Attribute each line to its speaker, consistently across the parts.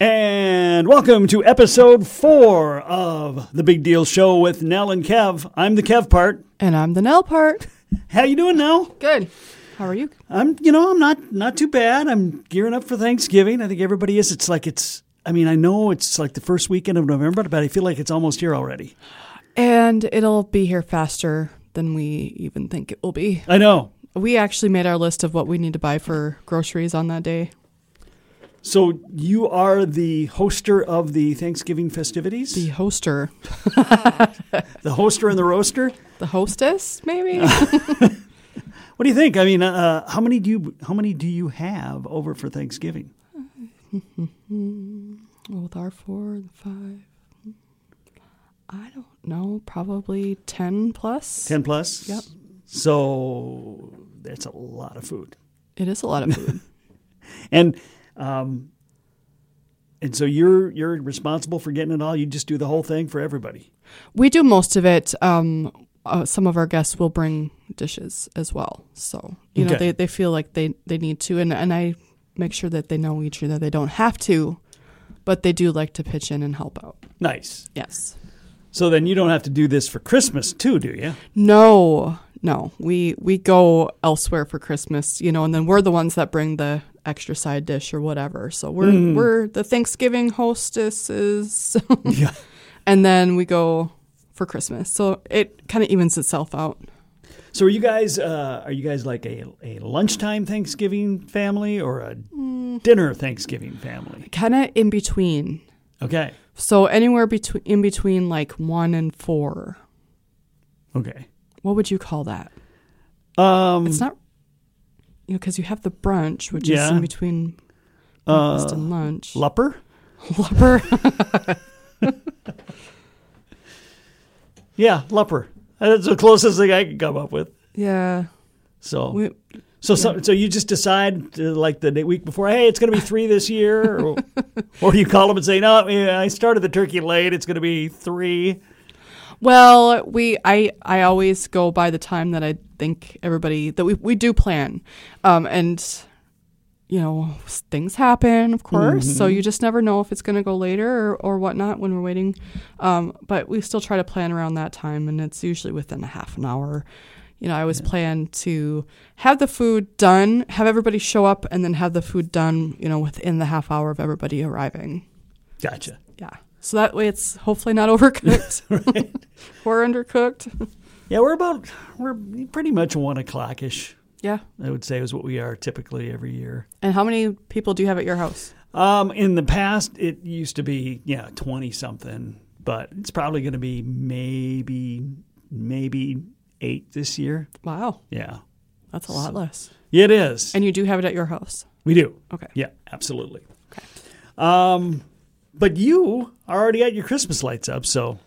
Speaker 1: And welcome to episode four of the Big Deal Show with Nell and Kev. I'm the Kev part.
Speaker 2: And I'm the Nell part.
Speaker 1: How you doing, Nell?
Speaker 2: Good. How are you?
Speaker 1: I'm, you know, I'm not not too bad. I'm gearing up for Thanksgiving. I think everybody is. It's like it's. I mean, I know it's like the first weekend of November, but I feel like it's almost here already.
Speaker 2: And it'll be here faster than we even think it will be.
Speaker 1: I know.
Speaker 2: We actually made our list of what we need to buy for groceries on that day.
Speaker 1: So you are the hoster of the Thanksgiving festivities,
Speaker 2: The hoster,
Speaker 1: the hoster and the roaster.
Speaker 2: the hostess, maybe?
Speaker 1: What do you think? I mean, uh, how many do you how many do you have over for Thanksgiving?
Speaker 2: well, with our four and five, I don't know, probably 10 plus.
Speaker 1: Ten plus.
Speaker 2: Yep.
Speaker 1: So that's a lot of food,
Speaker 2: It is a lot of food.
Speaker 1: and um, and so you're you're responsible for getting it all. You just do the whole thing for everybody.
Speaker 2: we do most of it. Um, uh, some of our guests will bring dishes as well. So, you know,
Speaker 1: Okay.
Speaker 2: they, they feel like they, they need to. And, and I make sure that they know each other. They don't have to, but they do like to pitch in and help out.
Speaker 1: Nice.
Speaker 2: Yes.
Speaker 1: So then you don't have to do this for Christmas too, do you?
Speaker 2: No, no. We we go elsewhere for Christmas, you know, and then we're the ones that bring the extra side dish or whatever. So we're we're the Thanksgiving hostesses.
Speaker 1: Yeah.
Speaker 2: And then we go for Christmas. So it kind of evens itself out.
Speaker 1: So are you guys uh, are you guys like a, a lunchtime Thanksgiving family or a dinner Thanksgiving family?
Speaker 2: Kind of in between.
Speaker 1: Okay.
Speaker 2: So anywhere between in between like 1 and 4.
Speaker 1: Okay.
Speaker 2: What would you call that?
Speaker 1: Um,
Speaker 2: It's not you know cuz you have the brunch which is
Speaker 1: Yeah. Uh,
Speaker 2: in between breakfast and lunch.
Speaker 1: Lupper?
Speaker 2: Lupper.
Speaker 1: Yeah, Lupper. That's the closest thing I can come up with.
Speaker 2: yeah.
Speaker 1: So
Speaker 2: We,
Speaker 1: so, so so you just decide uh, like the day- week before, hey, it's going to be three this year, or, or you call them and say, no, yeah, I started the turkey late. It's going to be three.
Speaker 2: Well, we I I always go by the time that I think everybody that we we do plan, um, and you know s- things happen, of course. So you just never know if it's going to go later or, or whatnot when we're waiting. Um, but we still try to plan around that time, and it's usually within a half an hour. You know, I always plan to have the food done, have everybody show up, and then have the food done. You know, within the half hour of everybody arriving.
Speaker 1: Gotcha.
Speaker 2: Yeah. So that way it's hopefully not overcooked or undercooked.
Speaker 1: Yeah, we're about we're pretty much one o'clock ish.
Speaker 2: Yeah.
Speaker 1: I would say is what we are typically every year.
Speaker 2: And how many people do you have at your house?
Speaker 1: Um, in the past, it used to be yeah twenty something, but it's probably going to be maybe maybe eight this year.
Speaker 2: Wow.
Speaker 1: Yeah,
Speaker 2: That's a lot less.
Speaker 1: Yeah, it is.
Speaker 2: And you do have it at your house.
Speaker 1: we do.
Speaker 2: Okay.
Speaker 1: Yeah, absolutely. Um, but you are already at your Christmas lights up, so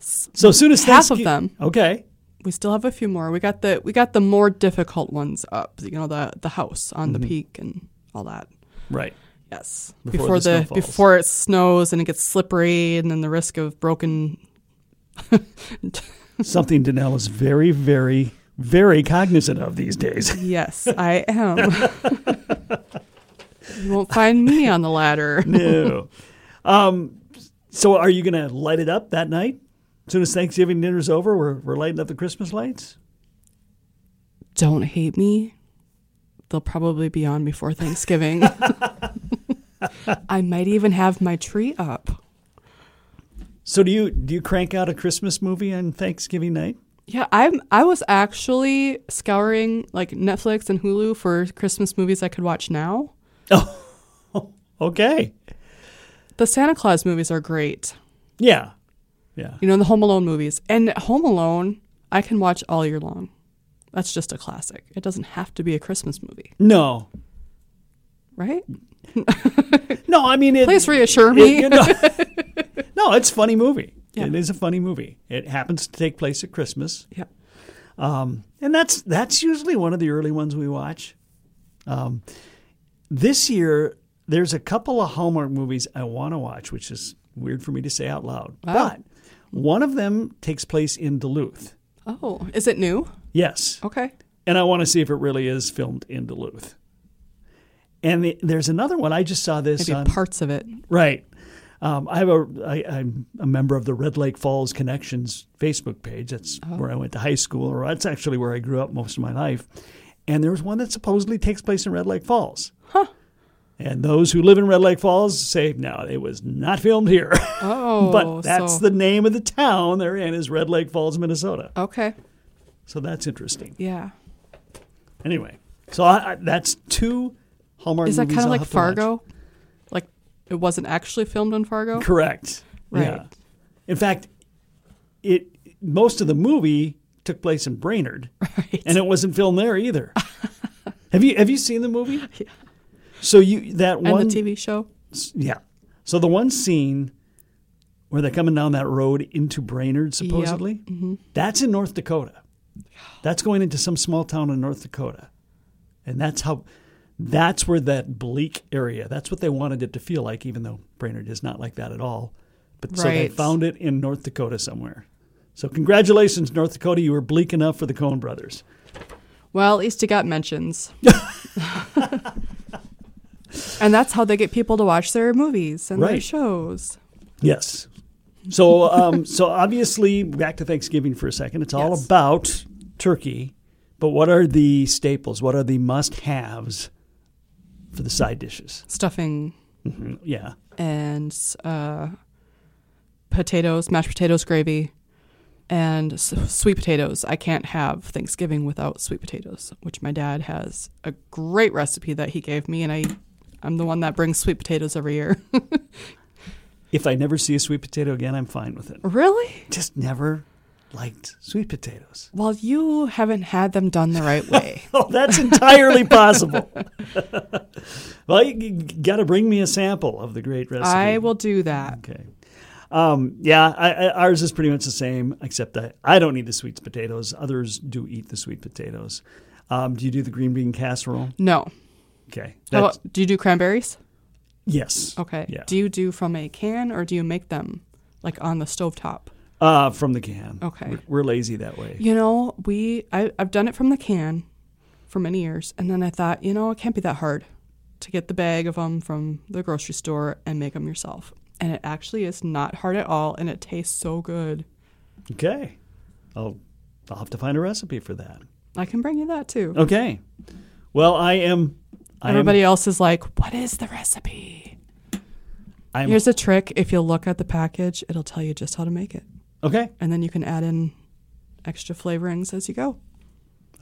Speaker 1: so as soon as
Speaker 2: Half of
Speaker 1: Thanksgi-
Speaker 2: them.
Speaker 1: Okay.
Speaker 2: We still have a few more. We got the we got the more difficult ones up, you know, the the house on the peak and all that.
Speaker 1: Right.
Speaker 2: Yes.
Speaker 1: Before the
Speaker 2: the,
Speaker 1: snow falls.
Speaker 2: before it snows and it gets slippery and then the risk of broken
Speaker 1: Something Danelle is very, very, very cognizant of these days.
Speaker 2: Yes, I am. you won't find me on the ladder.
Speaker 1: no. Um, so are you going to light it up that night? As soon as Thanksgiving dinner's over, we're, we're lighting up the Christmas lights?
Speaker 2: don't hate me, they'll probably be on before Thanksgiving. I might even have my tree up.
Speaker 1: So do you do you crank out a Christmas movie on Thanksgiving night?
Speaker 2: Yeah, I'm I was actually scouring like Netflix and Hulu for Christmas movies I could watch now.
Speaker 1: Okay.
Speaker 2: The Santa Claus movies are great.
Speaker 1: Yeah. Yeah.
Speaker 2: You know, the Home Alone movies. And Home Alone, I can watch all year long. That's just a classic. It doesn't have to be a Christmas movie,
Speaker 1: No.
Speaker 2: right?
Speaker 1: No, I mean it,
Speaker 2: Please reassure
Speaker 1: it-
Speaker 2: me.
Speaker 1: you know- no, it's a funny movie.
Speaker 2: Yeah.
Speaker 1: It is a funny movie. It happens to take place at Christmas.
Speaker 2: Yeah.
Speaker 1: Um, and that's that's usually one of the early ones we watch. Um, this year, there's a couple of Hallmark movies I want to watch, which is weird for me to say out loud. But one of them takes place in Duluth.
Speaker 2: Oh, is it new?
Speaker 1: Yes,
Speaker 2: Okay.
Speaker 1: and I want to see if it really is filmed in Duluth. And the, there's another one. I just saw this.
Speaker 2: Maybe
Speaker 1: on,
Speaker 2: parts of it.
Speaker 1: Right. Um, I have a I, I'm a member of the Red Lake Falls Connections Facebook page. That's
Speaker 2: Oh.
Speaker 1: where I went to high school, or that's actually where I grew up most of my life. And there was one that supposedly takes place in Red Lake Falls. Huh. And those who live in Red Lake Falls say, no, it was not filmed here.
Speaker 2: Oh,
Speaker 1: but that's
Speaker 2: so-
Speaker 1: the name of the town they're in is Red Lake Falls, Minnesota.
Speaker 2: okay.
Speaker 1: So that's interesting.
Speaker 2: Yeah.
Speaker 1: Anyway, so I, I, that's two Hallmark
Speaker 2: Is that
Speaker 1: movies
Speaker 2: kind of
Speaker 1: I'll
Speaker 2: like
Speaker 1: have to watch.
Speaker 2: Fargo? Like it wasn't actually filmed in Fargo?
Speaker 1: Correct.
Speaker 2: Right.
Speaker 1: Yeah. In fact, it most of the movie took place in Brainerd,
Speaker 2: Right.
Speaker 1: and it wasn't filmed there either. have you Have you seen the movie? Yeah. So you that
Speaker 2: And
Speaker 1: one
Speaker 2: the TV show?
Speaker 1: yeah. So the one scene where they're coming down that road into Brainerd, supposedly, that's in North Dakota. That's going into some small town in North Dakota, and that's how. That's where that bleak area. That's what they wanted it to feel like, even though Brainerd is not like that at all. But so they
Speaker 2: Right.
Speaker 1: found it in North Dakota somewhere. So congratulations, North Dakota! You were bleak enough for the Coen Brothers.
Speaker 2: Well, at least it got mentions. and that's how they get people to watch their movies and their
Speaker 1: Right.
Speaker 2: shows.
Speaker 1: Yes. So, um, so obviously, back to Thanksgiving for a second. It's all
Speaker 2: Yes.
Speaker 1: about turkey, but what are the staples? What are the must-haves for the side dishes? Mm-hmm.
Speaker 2: Stuffing
Speaker 1: Yeah,
Speaker 2: and uh, potatoes, mashed potatoes, gravy, and s- sweet potatoes. I can't have Thanksgiving without sweet potatoes, which my dad has a great recipe that he gave me, and I, I'm the one that brings sweet potatoes every year.
Speaker 1: if I never see a sweet potato again, I'm fine with it.
Speaker 2: really?
Speaker 1: Just never liked sweet potatoes.
Speaker 2: Well, you haven't had them done the right way.
Speaker 1: Oh, that's entirely possible. well, you got to bring me a sample of the great recipe.
Speaker 2: I will do that.
Speaker 1: Okay. Um, yeah, I, I, ours is pretty much the same, except I, I don't eat the sweet potatoes. Others do eat the sweet potatoes. Um, do you do the green bean casserole?
Speaker 2: No.
Speaker 1: Okay.
Speaker 2: How
Speaker 1: That's-
Speaker 2: about- do you do cranberries?
Speaker 1: yes.
Speaker 2: Okay.
Speaker 1: Yeah.
Speaker 2: Do you do from a can or do you make them like on the stovetop?
Speaker 1: uh, from the can.
Speaker 2: Okay.
Speaker 1: We're, we're lazy that way.
Speaker 2: You know, we I, I've done it from the can for many years, and then I thought, you know, it can't be that hard to get the bag of them from the grocery store and make them yourself. And it actually is not hard at all, and it tastes so good.
Speaker 1: Okay. I'll, I'll have to find a recipe for that.
Speaker 2: I can bring you that too.
Speaker 1: Okay. Well, I am. Oh, I am-
Speaker 2: Everybody else is like, "What is the recipe?"
Speaker 1: I am,
Speaker 2: Here's a trick: if you look at the package, it'll tell you just how to make it,
Speaker 1: okay.
Speaker 2: and then you can add in extra flavorings as you go.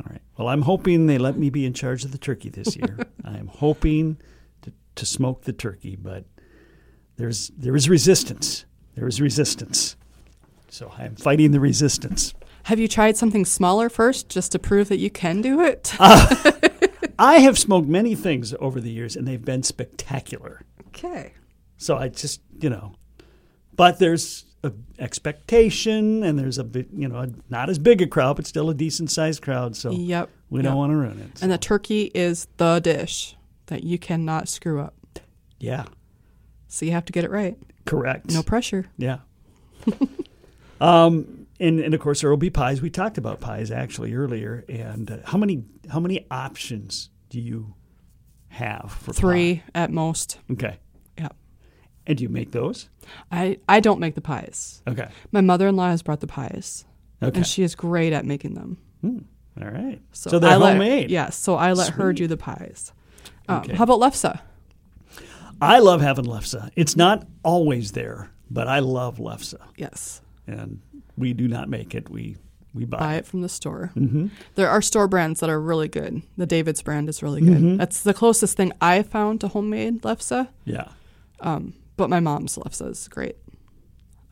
Speaker 1: All right. Well, I'm hoping they let me be in charge of the turkey this year. I am hoping to, to smoke the turkey, but there's there is resistance. There is resistance. So I am fighting the resistance.
Speaker 2: Have you tried something smaller first, just to prove that you can do it?
Speaker 1: Uh, I have smoked many things over the years, and they've been spectacular.
Speaker 2: okay.
Speaker 1: So I just you know, but there's a expectation, and there's a bit you know not as big a crowd, but still a decent sized crowd. So
Speaker 2: Yep.
Speaker 1: we
Speaker 2: yep.
Speaker 1: don't want to ruin it.
Speaker 2: And the turkey is the dish that you cannot screw up.
Speaker 1: yeah,
Speaker 2: So you have to get it right.
Speaker 1: correct.
Speaker 2: No pressure.
Speaker 1: Yeah. um, and and of course there will be pies. We talked about pies actually earlier. And uh, how many how many options do you have for
Speaker 2: Three at most.
Speaker 1: pie? Okay.
Speaker 2: Yeah.
Speaker 1: And do you make those?
Speaker 2: I, I don't make the pies.
Speaker 1: Okay.
Speaker 2: My mother in law has brought the pies,
Speaker 1: Okay.
Speaker 2: and she is great at making them.
Speaker 1: All right. So,
Speaker 2: So,
Speaker 1: they're
Speaker 2: I let,
Speaker 1: homemade.
Speaker 2: Yeah. So I let her
Speaker 1: Sweet.
Speaker 2: do the pies. Um,
Speaker 1: Okay.
Speaker 2: How about lefse?
Speaker 1: I love having lefse. It's not always there, but I love lefse.
Speaker 2: Yes.
Speaker 1: And we do not make it. We we buy,
Speaker 2: Buy it from the store. Mm-hmm. There are store brands that are really good. The David's brand is really good.
Speaker 1: Mm-hmm.
Speaker 2: That's the closest thing I found to homemade lefse.
Speaker 1: Yeah.
Speaker 2: but my mom's lefse is great.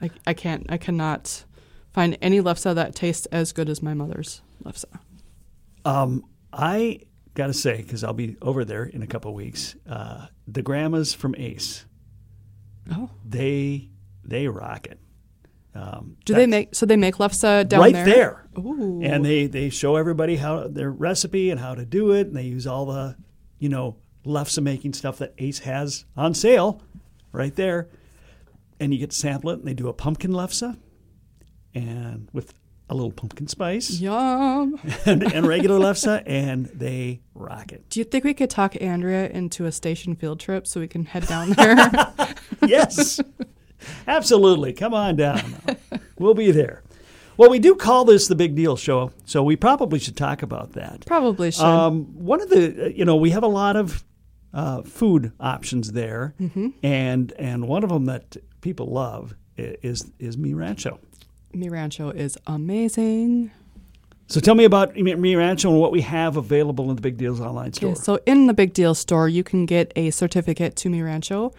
Speaker 2: I, I can't I cannot find any lefse that tastes as good as my mother's lefse.
Speaker 1: Um, I gotta say, because I'll be over there in a couple weeks. Uh, the grandmas from Ace.
Speaker 2: Oh,
Speaker 1: they they rock it. Um,
Speaker 2: do they
Speaker 1: that's
Speaker 2: make so they make lefse down
Speaker 1: right
Speaker 2: there? Ooh.
Speaker 1: And they they show everybody how their recipe and how to do it, and they use all the you know lefse making stuff that Ace has on sale right there, and you get to sample it. And they do a pumpkin lefse, and with a little pumpkin spice
Speaker 2: Yum.
Speaker 1: and, and regular lefse, and they rock it.
Speaker 2: Do you think we could talk Andrea into a station field trip so we can head down there?
Speaker 1: Yes, absolutely. Come on down. We'll be there. Well, we do call this the big deal show, so we probably should talk about that.
Speaker 2: Probably should.
Speaker 1: Um, one of the you know we have a lot of uh, food options there, and and one of them that people love i- is is mi rancho.
Speaker 2: Mi Rancho is amazing.
Speaker 1: So tell me about mi Mi rancho and what we have available in the Big Deals online store.
Speaker 2: Okay, so in the Big Deal store, you can get a certificate to Mi Rancho.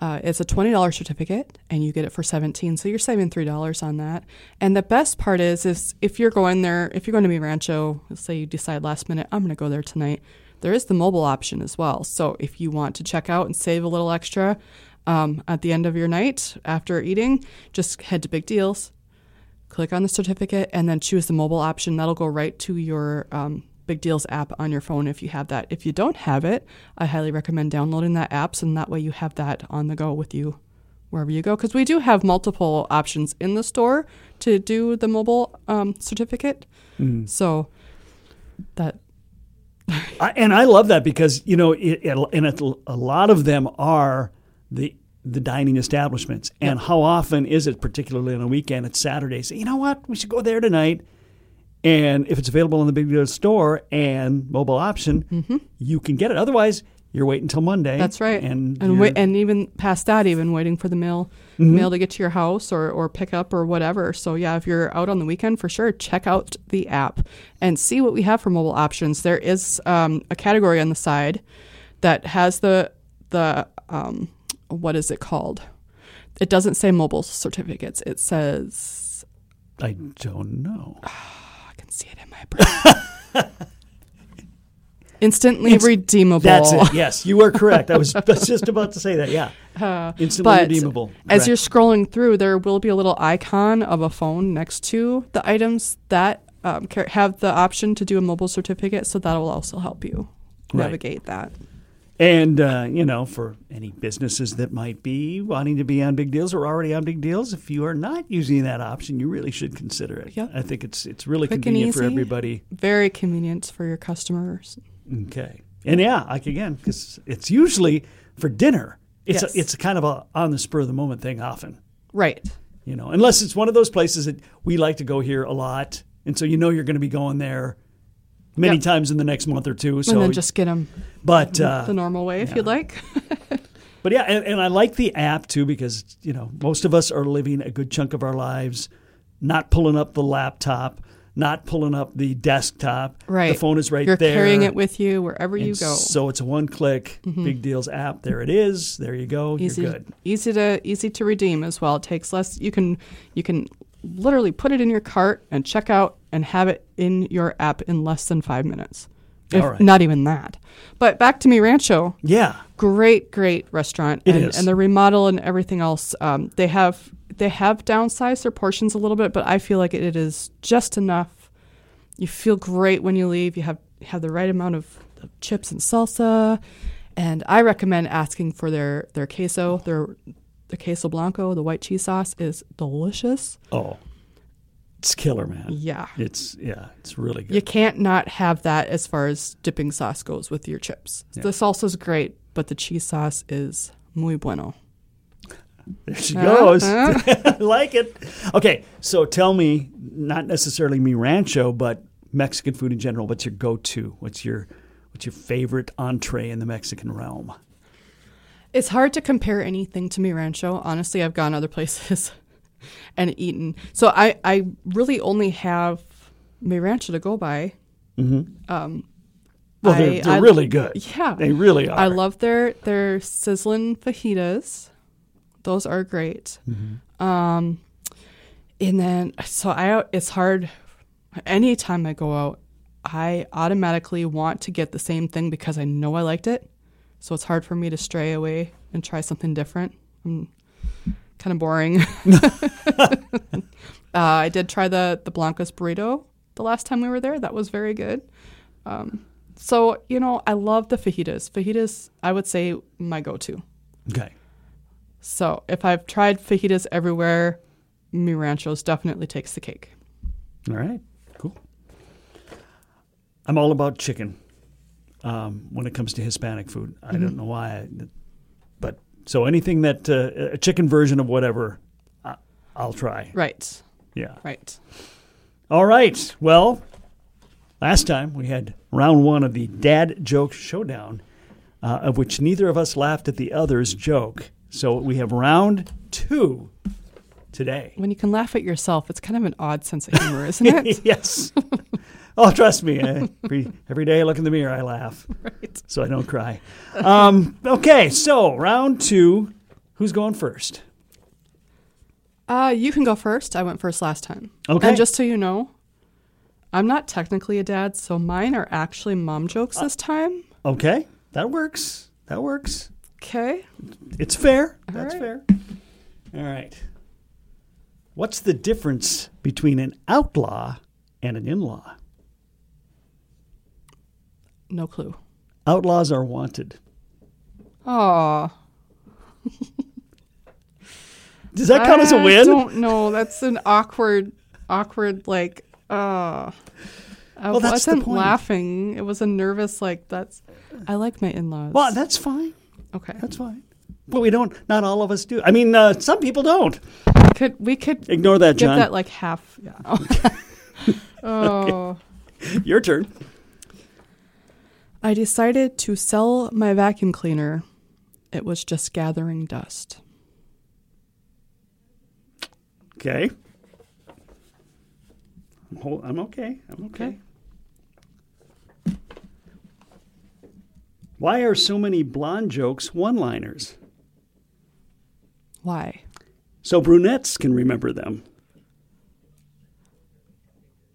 Speaker 2: Uh, it's a twenty dollars certificate, and you get it for seventeen. So you're saving three dollars on that. And the best part is, is if you're going there, if you're going to Mi Rancho, let's say you decide last minute, I'm going to go there tonight. There is the mobile option as well. So if you want to check out and save a little extra um, at the end of your night after eating, just head to Big Deals, click on the certificate and then choose the mobile option that'll go right to your um, big deals app on your phone if you have that if you don't have it i highly recommend downloading that app so that way you have that on the go with you wherever you go because we do have multiple options in the store to do the mobile um, certificate so that
Speaker 1: I, and I love that because you know, it, it, and it, a lot of them are the the dining establishments. And how often is it, particularly on a weekend, it's Saturday? Say, you know what, we should go there tonight. And if it's available in the big deal store and mobile option, you can get it. Otherwise, you're waiting until Monday.
Speaker 2: Mm-hmm. that's right
Speaker 1: And
Speaker 2: and, wait,
Speaker 1: you're-
Speaker 2: and even past that even waiting for the mail
Speaker 1: Mm-hmm.
Speaker 2: mail to get to your house or, or pick up or whatever so yeah if you're out on the weekend for sure check out the app and see what we have for mobile options there is um, a category on the side that has the the um, what is it called it doesn't say mobile certificates it says
Speaker 1: I don't know.
Speaker 2: i can see it in my brain instantly redeemable
Speaker 1: That's it. Yes, you are correct. I was that's just about to say that. Yeah, instantly
Speaker 2: but
Speaker 1: redeemable.
Speaker 2: As
Speaker 1: Correct.
Speaker 2: you're scrolling through, there will be a little icon of a phone next to the items that um, car- have the option to do a mobile certificate. So that will also help you
Speaker 1: Right.
Speaker 2: navigate that.
Speaker 1: And, uh, you know, for any businesses that might be wanting to be on big deals or already on big deals, if you are not using that option, you really should consider it.
Speaker 2: Yep.
Speaker 1: I think it's it's really
Speaker 2: Quick and
Speaker 1: convenient for
Speaker 2: easy.
Speaker 1: everybody.
Speaker 2: Very convenient for your customers.
Speaker 1: Okay. And yeah, like again, because it's usually for dinner. It's,
Speaker 2: Yes.
Speaker 1: a, it's a kind of a on the spur of the moment thing often,
Speaker 2: Right.
Speaker 1: you know, unless it's one of those places that we like to go here a lot. And so you know you're going to be going there many
Speaker 2: Yep.
Speaker 1: times in the next month or two. So,
Speaker 2: and then just get them
Speaker 1: but uh,
Speaker 2: the normal way if you'd like.
Speaker 1: But yeah, and, and I like the app too because you know most of us are living a good chunk of our lives not pulling up the laptop, not pulling up the desktop.
Speaker 2: right.
Speaker 1: the phone is right
Speaker 2: You're
Speaker 1: there.
Speaker 2: carrying it with you wherever you
Speaker 1: And
Speaker 2: go. Mm-hmm.
Speaker 1: So it's a one-click big deals app. There it is. There you go.
Speaker 2: easy,
Speaker 1: You're good.
Speaker 2: easy to easy to redeem as well. It takes less. You can you can literally put it in your cart and check out and have it in your app in less than five minutes. If
Speaker 1: All right.
Speaker 2: Not even that. But back to Mi Rancho.
Speaker 1: Yeah,
Speaker 2: Great, great restaurant.
Speaker 1: It
Speaker 2: and,
Speaker 1: is.
Speaker 2: and the remodel and everything else. Um, they have they have downsized their portions a little bit, but I feel like it, it is just enough. You feel great when you leave. You have have the right amount of of chips and salsa, and I recommend asking for their their queso. Their the queso blanco, the white cheese sauce, is delicious.
Speaker 1: Oh, it's killer, man.
Speaker 2: Yeah.
Speaker 1: It's yeah, it's really good.
Speaker 2: You can't not have that as far as dipping sauce goes with your chips. The salsa's great, but the cheese sauce is muy bueno.
Speaker 1: There she goes. I like it. Okay, so tell me, not necessarily mi rancho, but Mexican food in general. What's your go-to? What's your what's your favorite entree in the Mexican realm?
Speaker 2: It's hard to compare anything to Mi Rancho. Honestly, I've gone other places and eaten. So I, I really only have Mi Rancho to go by.
Speaker 1: Mm-hmm. Well, they're,
Speaker 2: Um, I-
Speaker 1: they're
Speaker 2: I-
Speaker 1: really good.
Speaker 2: Yeah.
Speaker 1: they really are.
Speaker 2: I love their, their sizzling fajitas. Those are great.
Speaker 1: Mm-hmm.
Speaker 2: Um, and then, so I it's hard. Anytime I go out, I automatically want to get the same thing because I know I liked it. So it's hard for me to stray away and try something different. I'm kind of boring. uh, I did try the the Blancas burrito the last time we were there. That was very good. Um, so you know, I love the fajitas. Fajitas, I would say my go-to.
Speaker 1: Okay,
Speaker 2: So if I've tried fajitas everywhere, Mi Ranchos definitely takes the cake.
Speaker 1: All right, cool. I'm all about chicken um, when it comes to Hispanic food. I
Speaker 2: Mm-hmm.
Speaker 1: don't know why, I- but so anything that uh, a chicken version of whatever, I, I'll try.
Speaker 2: Right.
Speaker 1: Yeah.
Speaker 2: Right.
Speaker 1: All right. Well, last time we had round one of the dad joke showdown, uh, of which neither of us laughed at the other's joke. So we have round two today.
Speaker 2: When you can laugh at yourself, it's kind of an odd sense of humor, isn't it?
Speaker 1: yes. Oh, trust me. I- every, every day I look in the mirror, I laugh.
Speaker 2: Right.
Speaker 1: So I don't cry. Um, okay, so round two. Who's going first?
Speaker 2: Uh, you can go first. I went first last time.
Speaker 1: Okay.
Speaker 2: And just so you know, I'm not technically a dad, so mine are actually mom jokes this time.
Speaker 1: Okay, that works. That works.
Speaker 2: Okay.
Speaker 1: It's fair.
Speaker 2: All
Speaker 1: That's
Speaker 2: right.
Speaker 1: fair. All right. What's the difference between an outlaw and an in law?
Speaker 2: No clue.
Speaker 1: Outlaws are wanted.
Speaker 2: Aw.
Speaker 1: Does that count as a
Speaker 2: I
Speaker 1: win?
Speaker 2: don't know. That's an awkward, awkward, like, uh, I
Speaker 1: Well, that's the
Speaker 2: wasn't
Speaker 1: point.
Speaker 2: laughing. It was a nervous, like, that's, I like my in laws.
Speaker 1: Well, that's fine.
Speaker 2: okay.
Speaker 1: That's fine. But we don't, not all of us do. I mean, uh, some people don't.
Speaker 2: could, we could
Speaker 1: Ignore that,
Speaker 2: give
Speaker 1: John.
Speaker 2: that, like, half. Yeah. oh.
Speaker 1: Your turn.
Speaker 2: I decided to sell my vacuum cleaner. It was just gathering dust.
Speaker 1: Okay. I'm hol- I'm okay. I'm okay. Why are so many blonde jokes one liners?
Speaker 2: Why?
Speaker 1: So brunettes can remember them.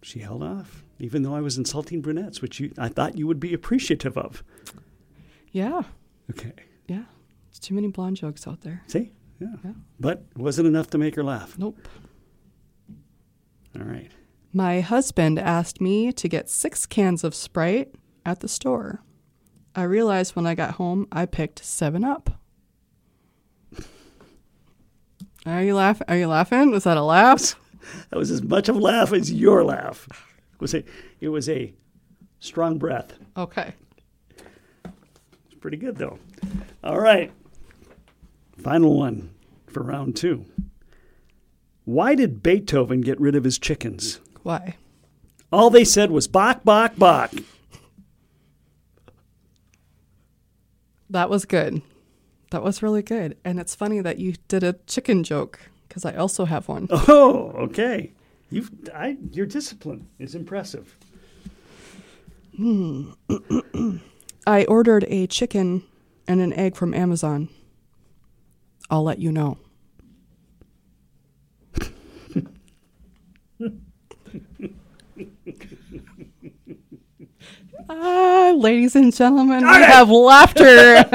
Speaker 1: She held off, even though I was insulting brunettes, which you, I thought you would be appreciative of.
Speaker 2: Yeah,
Speaker 1: Okay.
Speaker 2: yeah. It's too many blonde jokes out there.
Speaker 1: See? Yeah.
Speaker 2: Yeah.
Speaker 1: But it wasn't enough to make her laugh.
Speaker 2: Nope.
Speaker 1: All right.
Speaker 2: My husband asked me to get six cans of Sprite at the store. I realized when I got home I picked seven up. Are you laughing? Are you laughing? Was that a laugh?
Speaker 1: That was as much of a laugh as your laugh. It was a, it was a strong breath.
Speaker 2: Okay.
Speaker 1: It's pretty good, though. All right. Final one for round two. Why did Beethoven get rid of his chickens?
Speaker 2: Why?
Speaker 1: All they said was bok, bok, bok.
Speaker 2: That was good. That was really good. And it's funny that you did a chicken joke because I also have one.
Speaker 1: Oh, okay. You've, I, your discipline is impressive.
Speaker 2: I ordered a chicken and an egg from Amazon. I'll let you know. Ah, ladies and gentlemen, we have laughter.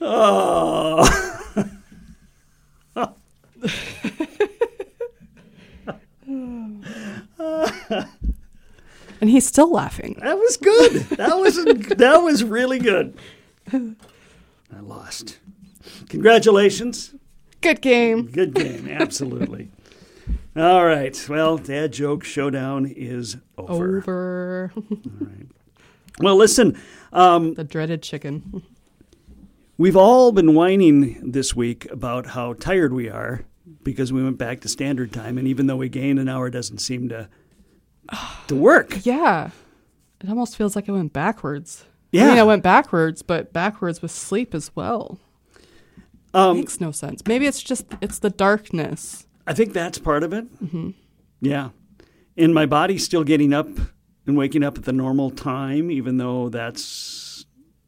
Speaker 1: Oh,
Speaker 2: and he's still laughing.
Speaker 1: that was good. That was that was really good. I lost. Congratulations.
Speaker 2: Good game.
Speaker 1: Good game. Absolutely. All right. Well, dad joke showdown is over.
Speaker 2: Oh. Over.
Speaker 1: Well, listen, um,
Speaker 2: the dreaded chicken.
Speaker 1: we've all been whining this week about how tired we are because we went back to standard time, and even though we gained an hour, it doesn't seem to to work.
Speaker 2: Yeah. It almost feels like I went backwards. I mean,
Speaker 1: Yeah.
Speaker 2: I went backwards, but backwards with sleep as well.
Speaker 1: Um,
Speaker 2: Makes no sense. Maybe it's just it's the darkness.
Speaker 1: I think that's part of it. Mm-hmm. Yeah. And my body's still getting up and waking up at the normal time, even though that's.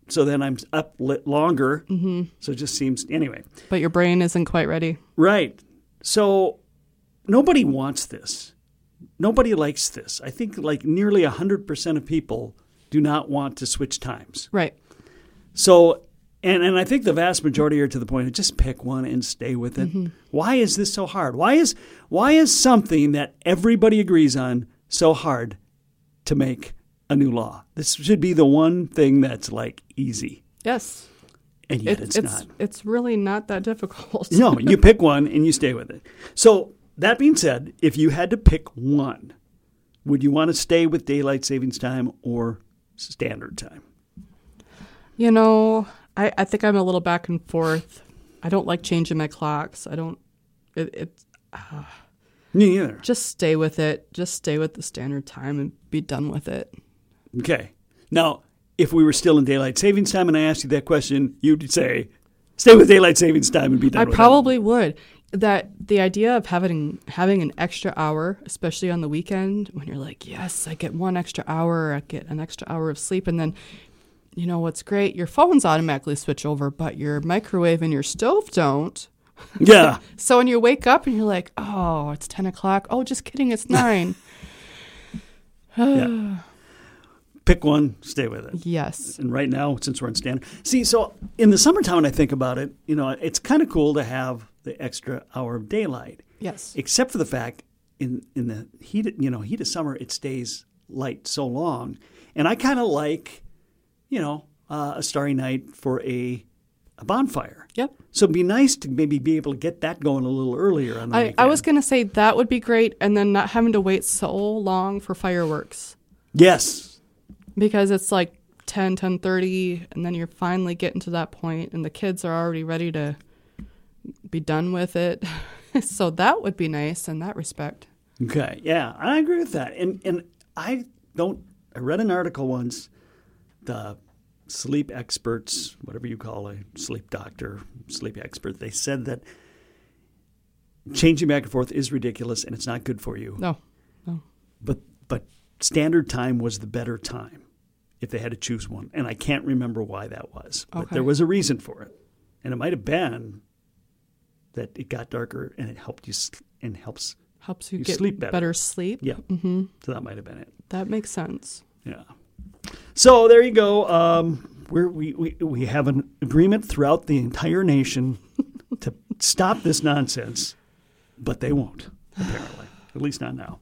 Speaker 1: So then I'm up lit longer. Mm-hmm. So it just seems. Anyway.
Speaker 2: But your brain isn't quite ready.
Speaker 1: Right. So nobody wants this. Nobody likes this. I think like nearly 100% of people do not want to switch times.
Speaker 2: Right.
Speaker 1: So, and, and I think the vast majority are to the point of just pick one and stay with it.
Speaker 2: Mm-hmm.
Speaker 1: Why is this so hard? Why is, why is something that everybody agrees on so hard to make a new law? This should be the one thing that's like easy.
Speaker 2: Yes.
Speaker 1: and yet
Speaker 2: It-
Speaker 1: it's,
Speaker 2: it's
Speaker 1: not.
Speaker 2: it's really not that difficult.
Speaker 1: No, you pick one and you stay with it. So that being said, if you had to pick one, would you want to stay with daylight savings time or standard time?
Speaker 2: You know, I, I think I'm a little back and forth. I don't like changing my clocks. I don't. It, it
Speaker 1: Me neither.
Speaker 2: just stay with it. Just stay with the standard time and be done with it.
Speaker 1: Okay. Now, if we were still in daylight savings time and I asked you that question, you'd say, "Stay with daylight savings time and be done."
Speaker 2: I
Speaker 1: with it."
Speaker 2: probably would. That the idea of having having an extra hour, especially on the weekend, when you're like, yes, I get one extra hour, I get an extra hour of sleep, and then, you know what's great? Your phones automatically switch over, but your microwave and your stove don't.
Speaker 1: Yeah.
Speaker 2: So when you wake up and you're like, oh, it's 10 o'clock. Oh, just kidding, it's 9.
Speaker 1: yeah. Pick one, stay with it.
Speaker 2: yes.
Speaker 1: And right now, since we're on standard, see, so in the summertime, when I think about it, you know, it's kind of cool to have the extra hour of daylight.
Speaker 2: Yes.
Speaker 1: except for the fact in in the heat you know heat of summer it stays light so long and i kind of like you know uh, a starry night for a a bonfire
Speaker 2: Yep.
Speaker 1: so it'd be nice to maybe be able to get that going a little earlier on the
Speaker 2: I, I
Speaker 1: weekend.
Speaker 2: was going to say that would be great, and then not having to wait so long for fireworks
Speaker 1: yes
Speaker 2: because it's like 10, 10.30, and then you're finally getting to that point, and the kids are already ready to be done with it. so that would be nice in that respect.
Speaker 1: okay yeah i agree with that and and i don't i read an article once the sleep experts whatever you call a sleep doctor sleep expert they said that changing back and forth is ridiculous and it's not good for you
Speaker 2: No, no.
Speaker 1: but but standard time was the better time if they had to choose one and i can't remember why that was but
Speaker 2: Okay.
Speaker 1: there was a reason for it and it might have been that it got darker and it helped you s- and helps
Speaker 2: Helps you,
Speaker 1: You
Speaker 2: get
Speaker 1: sleep better.
Speaker 2: sleep.
Speaker 1: yeah mm-hmm. so that might have been it
Speaker 2: That makes sense.
Speaker 1: yeah so there you go um, we're, we, we, we have an agreement throughout the entire nation to stop this nonsense but they won't apparently at least not now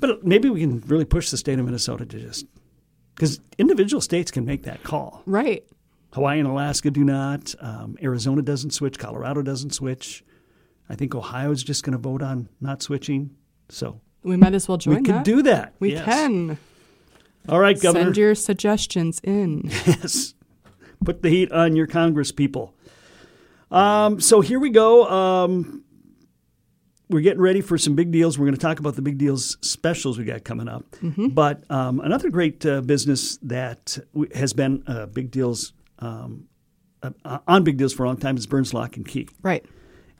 Speaker 1: but maybe we can really push the state of minnesota to just because individual states can make that call
Speaker 2: Right.
Speaker 1: hawaii and alaska do not um, arizona doesn't switch colorado doesn't switch i think ohio's just going to vote on not switching so
Speaker 2: We might as well join
Speaker 1: we could
Speaker 2: that.
Speaker 1: do that
Speaker 2: we
Speaker 1: Yes.
Speaker 2: can.
Speaker 1: all right governor
Speaker 2: Send your suggestions in.
Speaker 1: Yes. Put the heat on your Congress people. Um, so here we go. Um, we're getting ready for some big deals. We're going to talk about the big deals specials we got coming up.
Speaker 2: Mm-hmm.
Speaker 1: But um, another great uh, business that w- has been uh, big deals um, uh, on big deals for a long time is Burns Lock and Key.
Speaker 2: Right.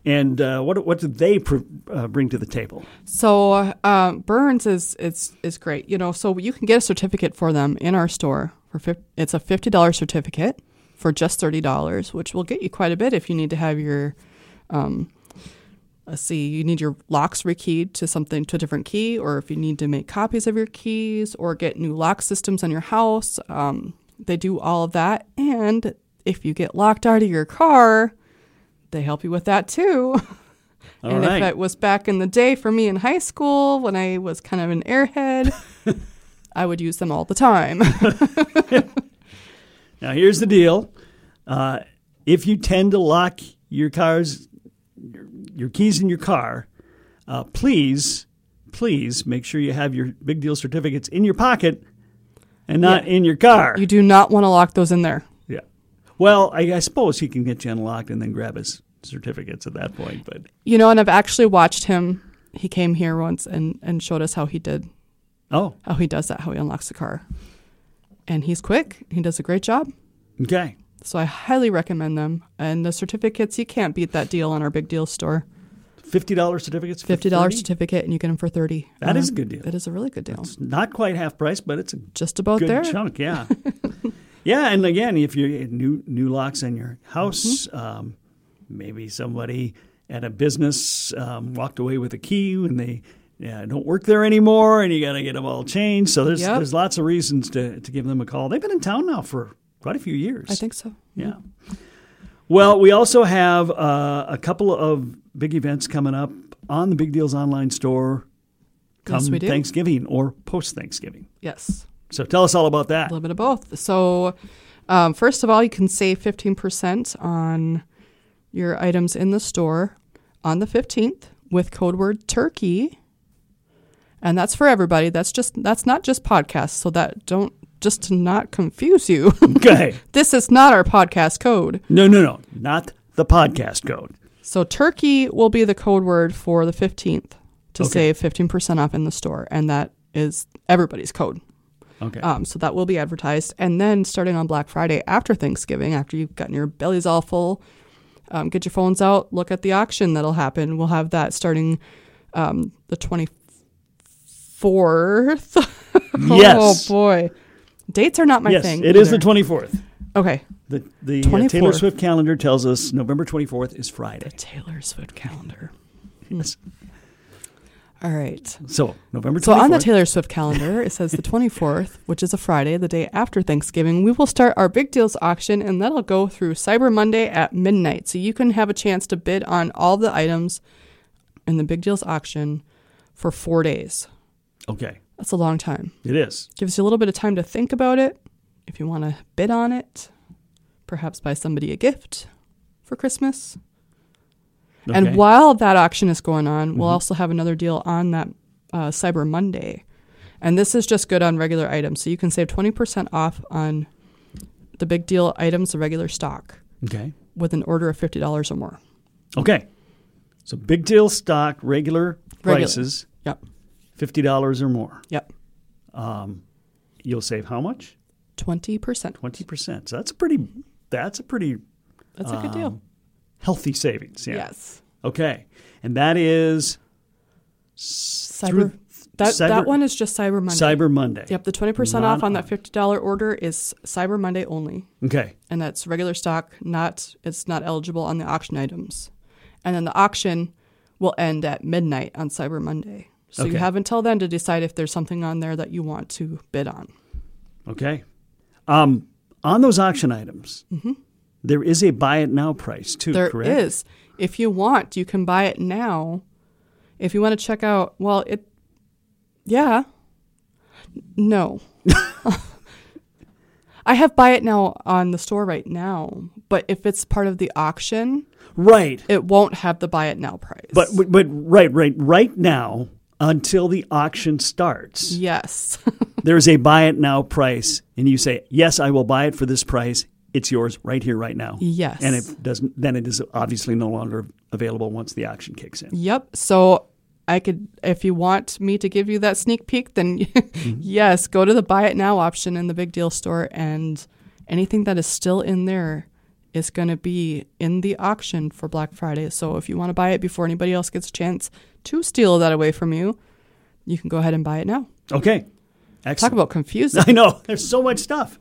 Speaker 1: And uh, what what do they pr- uh, bring to the table?
Speaker 2: So um, Burns is is is great. You know, so you can get a certificate for them in our store for fif- it's a fifty dollar certificate for just thirty dollars, which will get you quite a bit if you need to have your. Um, Let's see. You need your locks rekeyed to something to a different key, or if you need to make copies of your keys, or get new lock systems on your house. Um, they do all of that, and if you get locked out of your car, they help you with that too.
Speaker 1: All right.
Speaker 2: and if it was back in the day for me in high school when I was kind of an airhead, I would use them all the time.
Speaker 1: Now, here's the deal. Uh, if you tend to lock your cars, your, your keys in your car, uh, please, please make sure you have your big deal certificates in your pocket and not in your car.
Speaker 2: you do not want to lock those in there.
Speaker 1: yeah. Well, I, I suppose he can get you unlocked and then grab his certificates at that point. But
Speaker 2: You know, and I've actually watched him. He came here once and, and showed us how he did,
Speaker 1: oh,
Speaker 2: how he does that, how he unlocks the car. And he's quick. He does a great job.
Speaker 1: okay.
Speaker 2: So I highly recommend them. And the certificates, you can't beat that deal on our big deal store.
Speaker 1: Fifty dollars certificates. for
Speaker 2: Fifty dollars
Speaker 1: 30?
Speaker 2: certificate, and you get them for thirty. Um,
Speaker 1: That is a good deal.
Speaker 2: That is a really good deal.
Speaker 1: It's not quite half price, but it's a
Speaker 2: Just about
Speaker 1: good
Speaker 2: Oh, there.
Speaker 1: chunk, yeah, yeah. And again, if you new new locks on your house,
Speaker 2: Mm-hmm.
Speaker 1: um, maybe somebody at a business um, walked away with a key and they yeah, don't work there anymore, and you got to get them all changed. So there's
Speaker 2: Yep.
Speaker 1: there's lots of reasons to to give them a call. They've been in town now for quite a few years.
Speaker 2: I think so.
Speaker 1: Yeah. Well, we also have uh, a couple of big events coming up on the Big Deals online store come
Speaker 2: Yes, we do.
Speaker 1: Thanksgiving or post Thanksgiving.
Speaker 2: Yes.
Speaker 1: So tell us all about that.
Speaker 2: A little bit of both. So, Um, first of all, you can save 15% on your items in the store on the 15th with code word turkey. And that's for everybody. That's just that's not just podcasts, so that don't just to not confuse you.
Speaker 1: Okay.
Speaker 2: this is not our podcast code.
Speaker 1: No, no, no. Not the podcast code.
Speaker 2: So turkey will be the code word for the 15th to
Speaker 1: Okay.
Speaker 2: save 15% off in the store and that is everybody's code.
Speaker 1: Okay.
Speaker 2: Um, so that will be advertised. And then starting on Black Friday after Thanksgiving, after you've gotten your bellies all full, um, get your phones out, look at the auction that'll happen. We'll have that starting um, the 24th.
Speaker 1: Yes.
Speaker 2: Oh, boy. Dates are not my
Speaker 1: yes,
Speaker 2: thing.
Speaker 1: it is the
Speaker 2: either.
Speaker 1: 24th.
Speaker 2: Okay.
Speaker 1: The, the uh, Taylor
Speaker 2: 24th.
Speaker 1: Swift calendar tells us November 24th is Friday.
Speaker 2: Taylor Swift calendar.
Speaker 1: Yes.
Speaker 2: All right.
Speaker 1: So, November 24th.
Speaker 2: So on the Taylor Swift calendar, it says the 24th, which is a Friday, the day after Thanksgiving, we will start our big deals auction and that'll go through Cyber Monday at midnight. So you can have a chance to bid on all the items in the big deals auction for 4 days.
Speaker 1: okay.
Speaker 2: That's a long time.
Speaker 1: It is.
Speaker 2: Gives you a little bit of time to think about it if you want to bid on it. Perhaps buy somebody a gift for Christmas.
Speaker 1: Okay. Mm-hmm.
Speaker 2: And while that auction is going on, we'll also have another deal on that uh, Cyber Monday. And this is just good on regular items. So you can save 20% off on the big deal items, the regular stock,
Speaker 1: Okay.
Speaker 2: with an order of $50 or more.
Speaker 1: Okay. So, big deal stock, regular,
Speaker 2: Regular.
Speaker 1: prices,
Speaker 2: Yep.
Speaker 1: $50 or more.
Speaker 2: Yep.
Speaker 1: You'll save how much?
Speaker 2: 20%.
Speaker 1: 20%. So, that's a pretty that's a pretty
Speaker 2: That's a good deal.
Speaker 1: healthy savings. Um, Yeah.
Speaker 2: Yes.
Speaker 1: Okay. And that is
Speaker 2: Cyber,
Speaker 1: through-
Speaker 2: that,
Speaker 1: Cyber-
Speaker 2: that one is just Cyber Monday.
Speaker 1: Cyber Monday.
Speaker 2: Yep. The 20%
Speaker 1: Not
Speaker 2: off on that $50 order is Cyber Monday only.
Speaker 1: Okay.
Speaker 2: and that's regular stock not it's not eligible on the auction items and then the auction will end at midnight on cyber monday so
Speaker 1: Okay.
Speaker 2: you have until then to decide if there's something on there that you want to bid on
Speaker 1: Okay. Um, on those auction items, there is a buy it now price too,
Speaker 2: Mm-hmm. There is,
Speaker 1: correct?
Speaker 2: if you want you can buy it now if you want to check out well it yeah no i have buy it now on the store right now but if it's part of the auction
Speaker 1: Right.
Speaker 2: it won't have the buy it now price
Speaker 1: But but right, right, right now until the auction starts,
Speaker 2: yes
Speaker 1: there is a buy it now price and you say, "Yes, I will buy it for this price. It's yours right here right now."
Speaker 2: Yes.
Speaker 1: And it doesn't then it is obviously no longer available once the auction kicks in.
Speaker 2: Yep. So I could, if you want me to give you that sneak peek, then
Speaker 1: Mm-hmm.
Speaker 2: yes, go to the buy it now option in the big deal store, and anything that is still in there is going to be in the auction for Black Friday. So if you want to buy it before anybody else gets a chance to steal that away from you, you can go ahead and buy it now.
Speaker 1: Okay.
Speaker 2: Talk
Speaker 1: Excellent.
Speaker 2: about confusing.
Speaker 1: I know. There's so much stuff.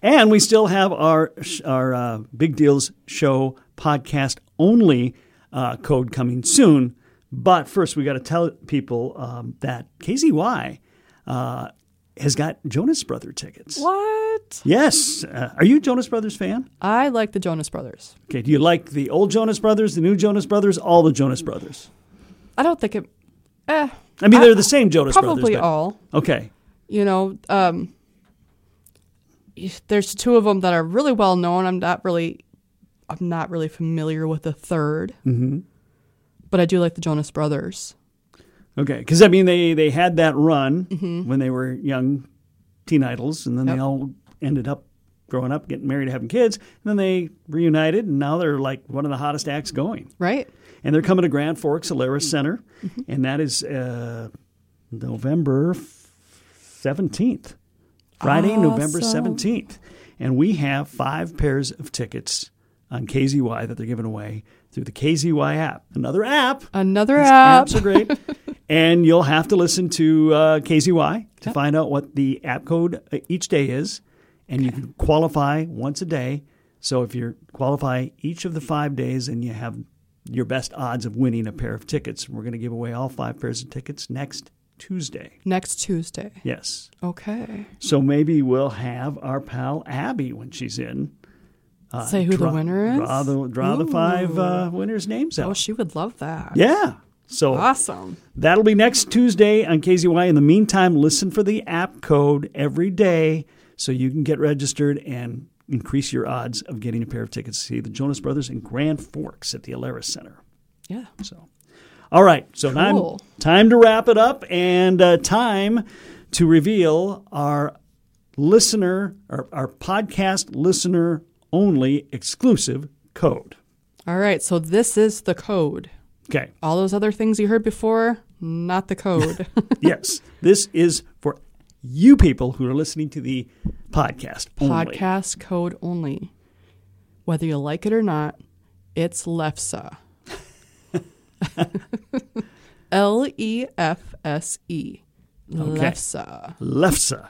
Speaker 1: And we still have our our uh, Big Deals Show podcast only uh, code coming soon. But first, we got to tell people um, that KZY uh, has got Jonas Brother tickets.
Speaker 2: what?
Speaker 1: Yes. Uh, are you a Jonas Brothers fan?
Speaker 2: I like the Jonas Brothers.
Speaker 1: Okay. Do you like the old Jonas Brothers, the new Jonas Brothers, all the Jonas Brothers?
Speaker 2: I don't think it, eh,
Speaker 1: I mean, they're the same Jonas
Speaker 2: probably
Speaker 1: Brothers. but-
Speaker 2: all.
Speaker 1: Okay.
Speaker 2: you know, um, there's two of them that are really well known. I'm not really, I'm not really familiar with the 3rd mm-hmm. but I do like the Jonas Brothers.
Speaker 1: Okay, because I mean they they had that run when they were young teen idols, and then they
Speaker 2: Mm-hmm. Yep.
Speaker 1: all ended up growing up, getting married, having kids, and then they reunited, and now they're like one of the hottest acts going.
Speaker 2: Right?
Speaker 1: And they're coming to Grand Forks Solaris
Speaker 2: Mm-hmm.
Speaker 1: Center, and that is uh, November seventeenth, Friday, November
Speaker 2: Awesome.
Speaker 1: seventeenth, and we have five pairs of tickets on KZY that they're giving away through the KZY app, another app
Speaker 2: Another
Speaker 1: these
Speaker 2: app.
Speaker 1: Apps are great. and you'll have to listen to uh, KZY to find out what the app code uh, each day is. And you can qualify once a day. So if you qualify each of the five days and you have your best odds of winning a pair of tickets, we're going to give away all five pairs of tickets next Tuesday.
Speaker 2: Next Tuesday.
Speaker 1: Yes.
Speaker 2: Okay.
Speaker 1: So maybe we'll have our pal Abby when she's in. uh,
Speaker 2: Say who the
Speaker 1: draw-
Speaker 2: winner is?
Speaker 1: Draw the, draw the five uh, winners' names out.
Speaker 2: Oh, she would love that.
Speaker 1: yeah. So
Speaker 2: Awesome.
Speaker 1: That'll be next Tuesday on KZY. In the meantime, listen for the app code every day so you can get registered and increase your odds of getting a pair of tickets to see the Jonas Brothers in Grand Forks at the Alaris Center.
Speaker 2: Yeah.
Speaker 1: So, all right. So now
Speaker 2: Cool.
Speaker 1: time to wrap it up and uh, time to reveal our listener, our, our podcast listener only exclusive code.
Speaker 2: All right. So this is the code.
Speaker 1: Okay.
Speaker 2: All those other things you heard before, not the code.
Speaker 1: yes. This is for you people who are listening to the podcast. only.
Speaker 2: Podcast code only. Whether you like it or not, it's LEFSA. L E F S E. LEFSA.
Speaker 1: LEFSA.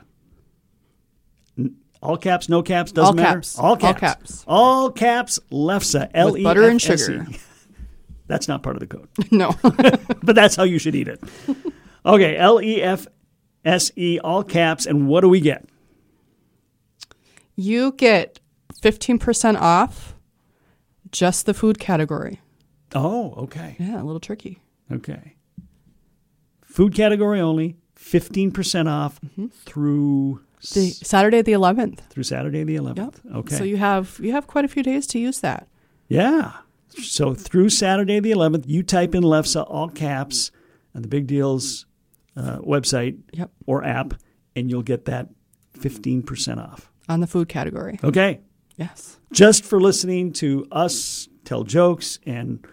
Speaker 1: N- All caps, no caps, doesn't
Speaker 2: All
Speaker 1: matter.
Speaker 2: caps.
Speaker 1: All
Speaker 2: All
Speaker 1: caps.
Speaker 2: caps.
Speaker 1: All caps, LEFSA. L E
Speaker 2: butter and
Speaker 1: F S E.
Speaker 2: sugar.
Speaker 1: That's not part of the code,
Speaker 2: No.
Speaker 1: but that's how you should eat it. Okay, L E F S E, all caps. And what do we get?
Speaker 2: you get 15% off just the food category.
Speaker 1: Oh, okay.
Speaker 2: Yeah, a little tricky.
Speaker 1: Okay. Food category only, 15% off
Speaker 2: Mm-hmm.
Speaker 1: through s-
Speaker 2: The, Saturday the 11th.
Speaker 1: through Saturday the 11th.
Speaker 2: Yep.
Speaker 1: Okay.
Speaker 2: So you have you have quite a few days to use that.
Speaker 1: Yeah. So through Saturday the 11th, you type in LEFSA, all caps, on the Big Deals uh, website
Speaker 2: Yep.
Speaker 1: or app, and you'll get that 15% off.
Speaker 2: On the food category.
Speaker 1: Okay.
Speaker 2: Yes.
Speaker 1: Just for listening to us tell jokes and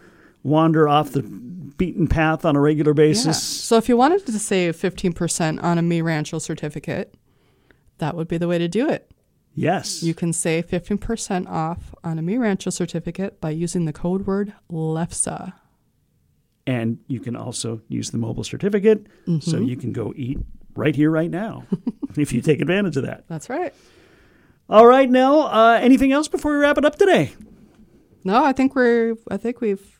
Speaker 1: wander off the beaten path on a regular
Speaker 2: Yeah.
Speaker 1: basis.
Speaker 2: So if you wanted to save 15% on a Mi Rancho certificate, that would be the way to do it.
Speaker 1: Yes.
Speaker 2: You can save 15% off on a Mi Rancho certificate by using the code word E LEFSA.
Speaker 1: and you can also use the mobile certificate
Speaker 2: Mm-hmm.
Speaker 1: so you can go eat right here, right now, if you take advantage of that.
Speaker 2: That's right.
Speaker 1: All right, Nell, uh, anything else before we wrap it up today?
Speaker 2: No, I think we're I think we've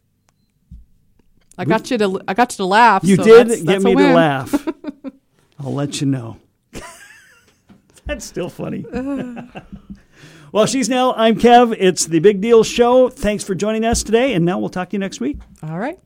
Speaker 2: I got you to I got you to laugh.
Speaker 1: You
Speaker 2: so
Speaker 1: did
Speaker 2: that's-
Speaker 1: get
Speaker 2: that's a
Speaker 1: me to
Speaker 2: win.
Speaker 1: laugh. I'll let you know. That's still funny. well, she's Nell. I'm Kev. It's the Big Deal Show. Thanks for joining us today, and now we'll talk to you next week.
Speaker 2: All right.